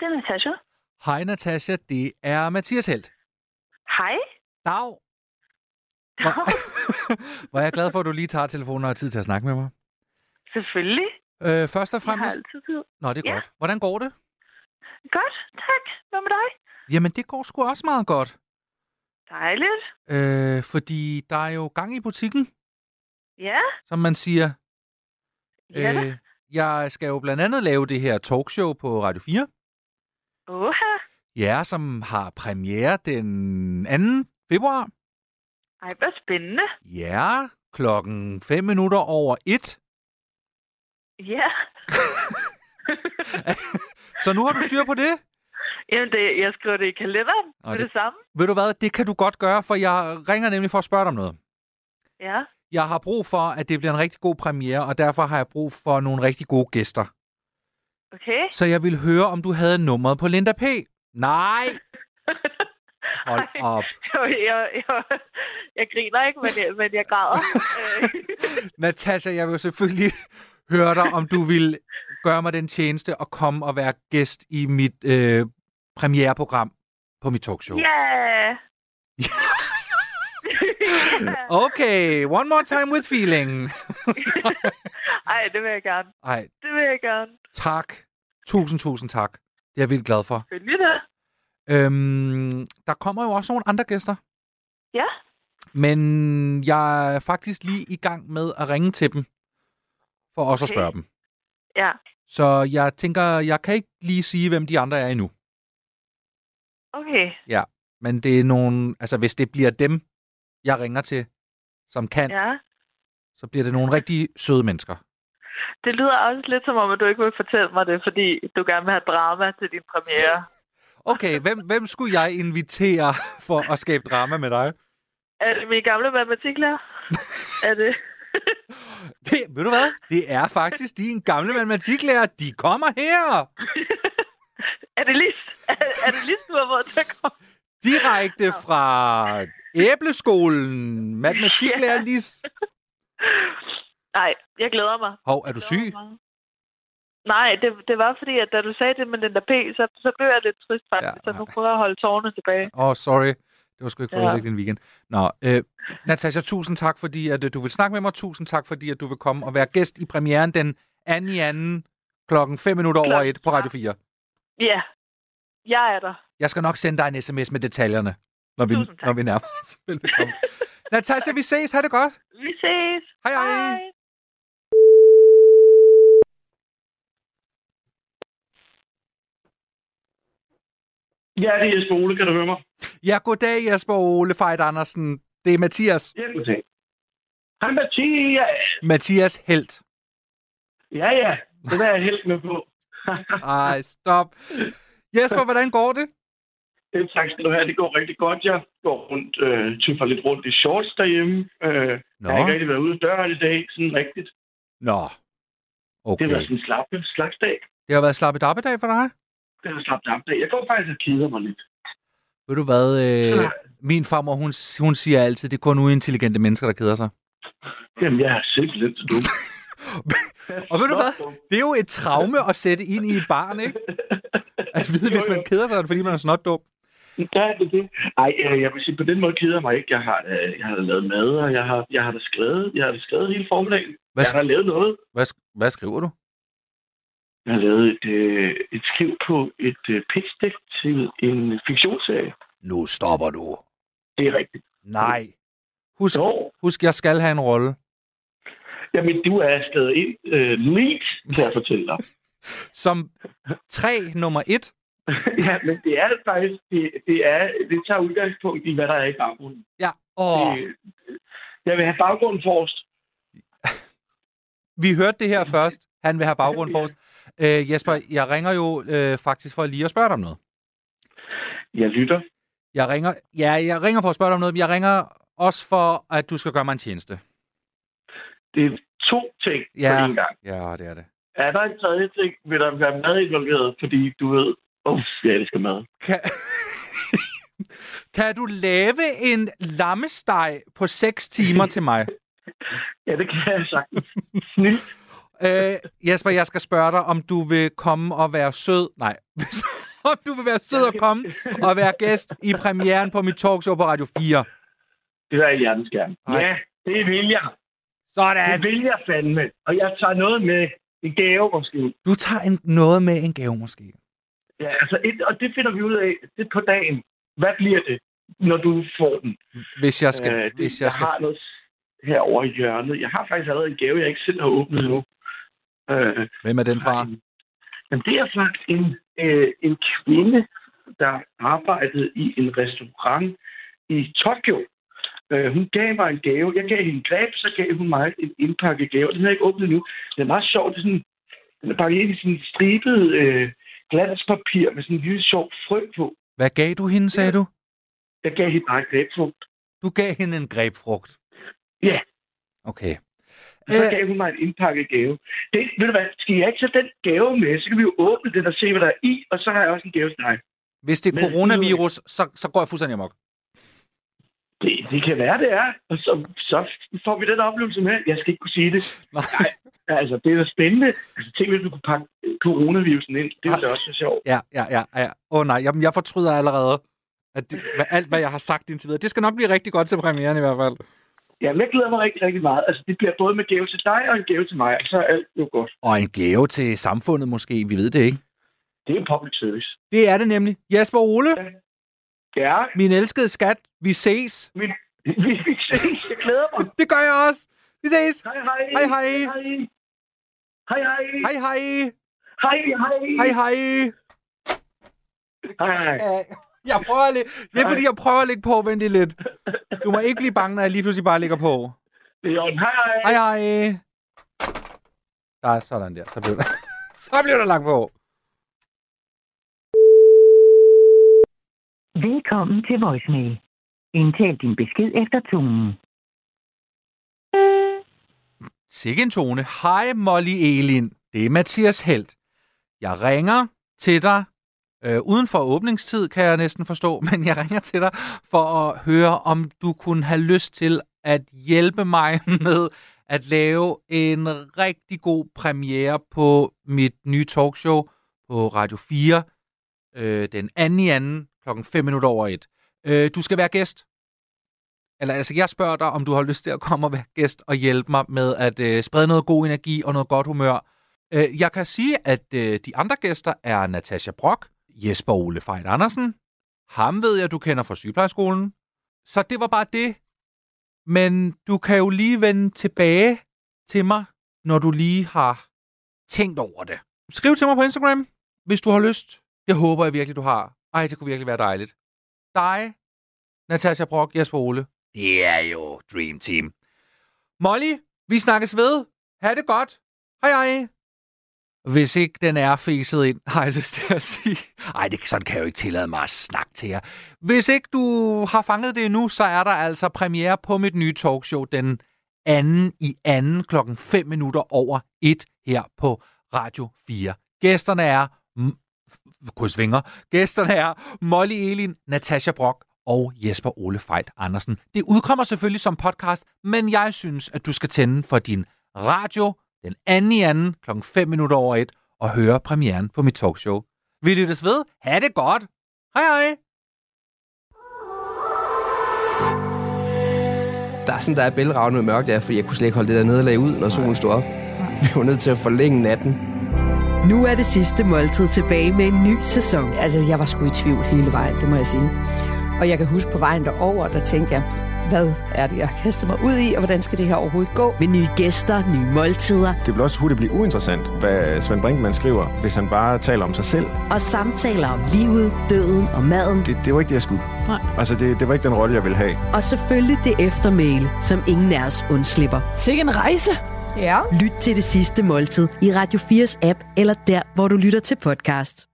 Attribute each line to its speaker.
Speaker 1: det er Natasha.
Speaker 2: Hej Natasha, det er Mathias Helt.
Speaker 1: Hej.
Speaker 2: Dag. Hvor, hvor er jeg glad for, at du lige tager telefonen og har tid til at snakke med mig.
Speaker 1: Selvfølgelig.
Speaker 2: Øh, først og
Speaker 1: Jeg har
Speaker 2: fremmest...
Speaker 1: altid tid.
Speaker 2: Nå, det er
Speaker 1: Ja.
Speaker 2: godt. Hvordan går det?
Speaker 1: Godt, tak. Hvad med dig?
Speaker 2: Jamen, det går sgu også meget godt.
Speaker 1: Dejligt.
Speaker 2: Øh, fordi der er jo gang i butikken,
Speaker 1: Ja,
Speaker 2: som man siger. Øh,
Speaker 1: ja da.
Speaker 2: jeg skal jo blandt andet lave det her talkshow på Radio 4. Øh.
Speaker 1: Oha.
Speaker 2: Ja, som har premiere den 2. februar.
Speaker 1: Ej, hvor spændende.
Speaker 2: Ja, klokken 5 minutter over 1.
Speaker 1: Ja.
Speaker 2: Så nu har du styr på det.
Speaker 1: Jamen, det, jeg skriver det i kalenderen
Speaker 2: Nå,
Speaker 1: med
Speaker 2: det-
Speaker 1: det... det samme.
Speaker 2: Ved du hvad, det kan du godt gøre, for jeg ringer nemlig for at spørge dig om noget.
Speaker 1: Ja.
Speaker 2: Jeg har brug for, at det bliver en rigtig god premiere, og derfor har jeg brug for nogle rigtig gode gæster.
Speaker 1: Okay.
Speaker 2: Så jeg ville høre, om du havde nummeret på Linda P. Nej! Hold
Speaker 1: Ej.
Speaker 2: op.
Speaker 1: Jeg, jeg, jeg, jeg griner ikke, men jeg, men jeg græder. Øh,
Speaker 2: Natasha, jeg vil jo selvfølgelig høre dig, om du vil gøre mig den tjeneste og komme og være gæst i mit øh, premiereprogram på mit talkshow.
Speaker 1: Øh, Ja. yeah.
Speaker 2: Okay, one more time with feeling.
Speaker 1: Ej, det vil jeg gerne.
Speaker 2: Ej,
Speaker 1: Det vil jeg gerne.
Speaker 2: tak. Tusind, tusind tak. Det er jeg vildt glad for.
Speaker 1: Følge det.
Speaker 2: Øhm, der kommer jo også nogle andre gæster.
Speaker 1: Ja.
Speaker 2: Men jeg er faktisk lige i gang med at ringe til dem, for også
Speaker 1: Okay.
Speaker 2: okay. at spørge dem.
Speaker 1: Ja.
Speaker 2: Så jeg tænker, jeg kan ikke lige sige, hvem de andre er endnu.
Speaker 1: Okay.
Speaker 2: Men det er nogen, altså hvis det bliver dem, jeg ringer til, som kan, ja.
Speaker 1: Ja.
Speaker 2: så bliver det nogle rigtig søde mennesker.
Speaker 1: Det lyder også lidt som om, at du ikke vil fortælle mig det, fordi du gerne vil have drama til din premiere.
Speaker 2: Okay, hvem, hvem skulle jeg invitere for at skabe drama med dig?
Speaker 1: Er det min gamle matematiklærer? er det...
Speaker 2: Det, ved du hvad? Det er faktisk din gamle matematiklærer. De kommer her!
Speaker 1: Er det Lis? Er, er det Lis, du har fået til at komme?
Speaker 2: Direkte fra æbleskolen. Matematiklærer
Speaker 1: Ja.
Speaker 2: Lis.
Speaker 1: Nej, jeg glæder mig.
Speaker 2: Hov, er du
Speaker 1: Jeg
Speaker 2: syg?
Speaker 1: glæder mig meget. Nej, det, det var fordi, at da du sagde det med den der P, så, så blev jeg lidt trist faktisk,
Speaker 2: Ja,
Speaker 1: ja, så nu prøver jeg at holde tårerne tilbage.
Speaker 2: Åh, oh, sorry. Det var sgu ikke for
Speaker 1: Ja.
Speaker 2: ja. din weekend. Nå, øh, Natasha, tusind tak, fordi at, øh, du vil snakke med mig. Tusind tak, fordi at du vil komme og være gæst i premieren den 2. i 2. klokken 5 minutter over
Speaker 1: Klokken
Speaker 2: 1 på Radio 4.
Speaker 1: Ja, jeg er der.
Speaker 2: Jeg skal nok sende dig en sms med detaljerne, når vi,
Speaker 1: Tusind tak.
Speaker 2: når vi nærmer os. Velbekomme. Natasha, vi ses. Ha' det godt.
Speaker 1: Vi ses.
Speaker 2: Hej, hej.
Speaker 3: Ja, det er Jesper Ole, kan du høre mig?
Speaker 2: Ja, goddag, Jesper Ole Fejt Andersen. Det er Mathias.
Speaker 3: Ja, goddag. Hej Mathias!
Speaker 2: Mathias Helt.
Speaker 3: Ja, ja, det er jeg helt med på.
Speaker 2: Ej, stop. Jesper, hvordan går det?
Speaker 3: Det, tak skal du have, det går rigtig godt. Jeg går rundt, øh, typer lidt rundt i shorts derhjemme.
Speaker 2: Nå,
Speaker 3: Øh, jeg har ikke rigtig været ude af døren i dag, sådan rigtigt.
Speaker 2: Nå.
Speaker 3: Det
Speaker 2: Okay.
Speaker 3: har været sådan en slappe, slags dag.
Speaker 2: Det har været slappet op i dag for dig?
Speaker 3: Det har slappet af dag. Jeg går faktisk og keder mig lidt.
Speaker 2: Ved du hvad, øh,
Speaker 3: Ja.
Speaker 2: min farmor, hun, hun siger altid, det er kun uintelligente mennesker, der keder sig.
Speaker 3: Jamen, jeg er simpelthen så dum.
Speaker 2: Og ved du hvad, det er jo et traume at sætte ind i et barn, ikke? At vide,
Speaker 3: Jo,
Speaker 2: hvis man
Speaker 3: jo.
Speaker 2: keder sig, er det fordi man er snotdum.
Speaker 3: Der er det det. Ej, øh, jeg vil sige, på den måde keder jeg mig ikke. Jeg har, øh, jeg har da lavet mad, og jeg har, jeg har da skrevet, jeg har da skrevet hele formiddagen.
Speaker 2: Hvad
Speaker 3: Jeg har da lavet noget.
Speaker 2: Hvad, sk- hvad skriver du?
Speaker 3: Jeg har lavet et, øh, et skriv på et øh, pitch til en fiktionsserie.
Speaker 2: Nu stopper du.
Speaker 3: Det er rigtigt.
Speaker 2: Nej. Husk,
Speaker 3: Jo,
Speaker 2: husk jeg skal have en rolle.
Speaker 3: jamen du er stadig ind øh, lidt, kan jeg fortælle dig.
Speaker 2: Som tre nummer et.
Speaker 3: ja, men det er faktisk, det, det, er, det tager udgangspunkt i, hvad der er i baggrunden.
Speaker 2: Ja, åh,
Speaker 3: Det, jeg vil have baggrunden forrest.
Speaker 2: vi hørte det her først. Han vil have baggrund for os. Øh, Jesper, jeg ringer jo øh, faktisk for lige at spørge dig om noget.
Speaker 3: Jeg lytter.
Speaker 2: Jeg ringer, ja, jeg ringer for at spørge dig om noget, men jeg ringer også for, at du skal gøre mig en tjeneste.
Speaker 3: Det er to ting
Speaker 2: Ja.
Speaker 3: på én gang.
Speaker 2: Ja, det er det.
Speaker 3: Er der en tredje ting, vil der være mad involveret, fordi du ved, uff, jeg elsker mad.
Speaker 2: Kan, kan du lave en lammesteg på 6 timer til mig?
Speaker 3: Ja, det kan jeg sagtens. Snilt.
Speaker 2: Øh, Jesper, jeg skal spørge dig, om du vil komme og være sød. Nej. om du vil være sød og komme og være gæst i premieren på mit talkshow på Radio 4.
Speaker 3: Det er jeg hjertens gerne.
Speaker 2: Ej.
Speaker 3: Ja, det vil jeg. Det
Speaker 2: Sådan.
Speaker 3: vil jeg fandme. Og jeg tager noget med. En gave måske.
Speaker 2: Du tager en, noget med en gave måske.
Speaker 3: Ja, altså, et, og det finder vi ud af det er på dagen. Hvad bliver det, når du får den?
Speaker 2: Hvis jeg skal...
Speaker 3: Øh, det,
Speaker 2: hvis jeg,
Speaker 3: jeg
Speaker 2: skal
Speaker 3: har noget herovre i hjørnet. Jeg har faktisk allerede en gave, jeg ikke selv har åbnet endnu. Øh,
Speaker 2: Hvem er den fra?
Speaker 3: en- Jamen, det er faktisk en, øh, en kvinde, der arbejdede i en restaurant i Tokyo. Øh, hun gav mig en gave. Jeg gav hende en greb, så gav hun mig en indpakket gave. Den har jeg ikke åbnet nu. Den er meget sjov. Det er sådan, den er pakket ind i sådan en stribet øh, glanspapir med sådan en lille sjov frø på.
Speaker 2: Hvad gav du hende, sagde du?
Speaker 3: Jeg gav hende bare en grebfrugt.
Speaker 2: Du gav hende en grebfrugt.
Speaker 3: Ja.
Speaker 2: Okay.
Speaker 3: Så
Speaker 2: Øh,
Speaker 3: gav hun mig en indpakket gave. Det, ved du hvad, skal jeg ikke tage den gave med, så kan vi jo åbne den og se, hvad der er i, og så har jeg også en gave til dig.
Speaker 2: hvis det er
Speaker 3: Men-
Speaker 2: coronavirus, så, så går jeg fuldstændig amok.
Speaker 3: Det, det kan være, det er. Og så, så får vi den oplevelse med. Jeg skal ikke kunne sige det.
Speaker 2: Nej.
Speaker 3: Altså, det er da spændende. Altså, tænk, hvis du kunne pakke øh, coronavirusen ind. Det ville da også være sjovt.
Speaker 2: Ja, ja, ja. ja. Åh oh, nej, jamen, jeg fortryder allerede. At det, hvad, alt, hvad jeg har sagt indtil videre. Det skal nok blive rigtig godt til premieren i hvert fald.
Speaker 3: Jamen, jeg glæder mig rigtig, rigtig meget. Altså, det bliver både med gave til dig og en gave til mig. Og så er alt jo godt.
Speaker 2: Og en gave til samfundet måske, vi ved det ikke.
Speaker 3: Det er public service.
Speaker 2: Det er det nemlig. Jesper Ole,
Speaker 3: Ja. Ja,
Speaker 2: min elskede skat, vi ses.
Speaker 3: men vi, vi ses. Jeg glæder mig.
Speaker 2: Det gør jeg også. Vi ses.
Speaker 3: Hej, hej.
Speaker 2: Hej, hej.
Speaker 3: Hej, hej. Hej,
Speaker 2: Hej hej.
Speaker 3: hej.
Speaker 2: Hej hej.
Speaker 3: Hej, hej.
Speaker 2: Ja, Jeg prøver at læ- det er
Speaker 3: Nej.
Speaker 2: fordi, jeg prøver at lægge på, vent lige lidt. Du må ikke blive bange, når jeg lige pludselig bare lægger på.
Speaker 3: Det er Jørgen. Hej,
Speaker 2: Hej
Speaker 3: hej.
Speaker 2: hej. Der er sådan der, så blev der, så blev der lagt på.
Speaker 4: Velkommen til voicemail. Indtal din besked efter tonen.
Speaker 2: Sikke en tone. Hej Molly Elin, det er Mathias Helt. Jeg ringer til dig, øh, uden for åbningstid kan jeg næsten forstå, men jeg ringer til dig for at høre, om du kunne have lyst til at hjælpe mig med at lave en rigtig god premiere på mit nye talkshow på Radio 4 øh, den 2. i anden klokken 5 minutter over 1. Øh, du skal være gæst. Eller altså, jeg spørger dig, om du har lyst til at komme og være gæst og hjælpe mig med at øh, sprede noget god energi og noget godt humør. Øh, jeg kan sige, at øh, de andre gæster er Natasha Brock, Jesper Ole Fejt Andersen. Ham ved jeg, du kender fra sygeplejeskolen. Så det var bare det. Men du kan jo lige vende tilbage til mig, når du lige har tænkt over det. Skriv til mig på Instagram, hvis du har lyst. Det håber jeg virkelig, du har. Ej, det kunne virkelig være dejligt. Dig, Natasha Brock, Jesper Ole. Det er jo Dream Team. Molly, vi snakkes ved. Ha' det godt. Hej hej. Hvis ikke den er fæset ind, har jeg lyst til at sige. Ej, det, sådan kan jeg jo ikke tillade mig at snakke til jer. Hvis ikke du har fanget det endnu, så er der altså premiere på mit nye talkshow den 2. i anden klokken 5 minutter over 1 her på Radio 4. Gæsterne er M- krydsvinger. Gæsterne er Molly Elin, Natasha Brock og Jesper Ole Fejt Andersen. Det udkommer selvfølgelig som podcast, men jeg synes, at du skal tænde for din radio den 2. i anden kl. 5 minutter over 1 og høre premieren på mit talkshow. Vi lyttes ved. Ha' det godt. Hej hej.
Speaker 5: Der er sådan, der er bælragende med mørkt, ja, fordi jeg kunne slet ikke holde det der nederlag ud, når solen stod op. Vi var nødt til at forlænge natten.
Speaker 6: Nu er det sidste måltid tilbage med en ny sæson.
Speaker 7: Altså, jeg var sgu i tvivl hele vejen, det må jeg sige. Og jeg kan huske på vejen derover, der tænkte jeg, hvad er det, jeg har kastet mig ud i, og hvordan skal det her overhovedet gå?
Speaker 6: Med nye gæster, nye måltider
Speaker 8: Det vil også hurtigt blive uinteressant, hvad Svend Brinkmann skriver, hvis han bare taler om sig selv.
Speaker 6: og samtaler om livet, døden og maden.
Speaker 8: Det, det var ikke det, jeg skulle. Nej. Altså, det, det var ikke den rolle, jeg ville have.
Speaker 6: Og selvfølgelig det eftermæle, som ingen af os undslipper.
Speaker 9: Sikke en rejse.
Speaker 7: Ja.
Speaker 6: Lyt til det sidste måltid i Radio 4's app, eller der, hvor du lytter til podcast.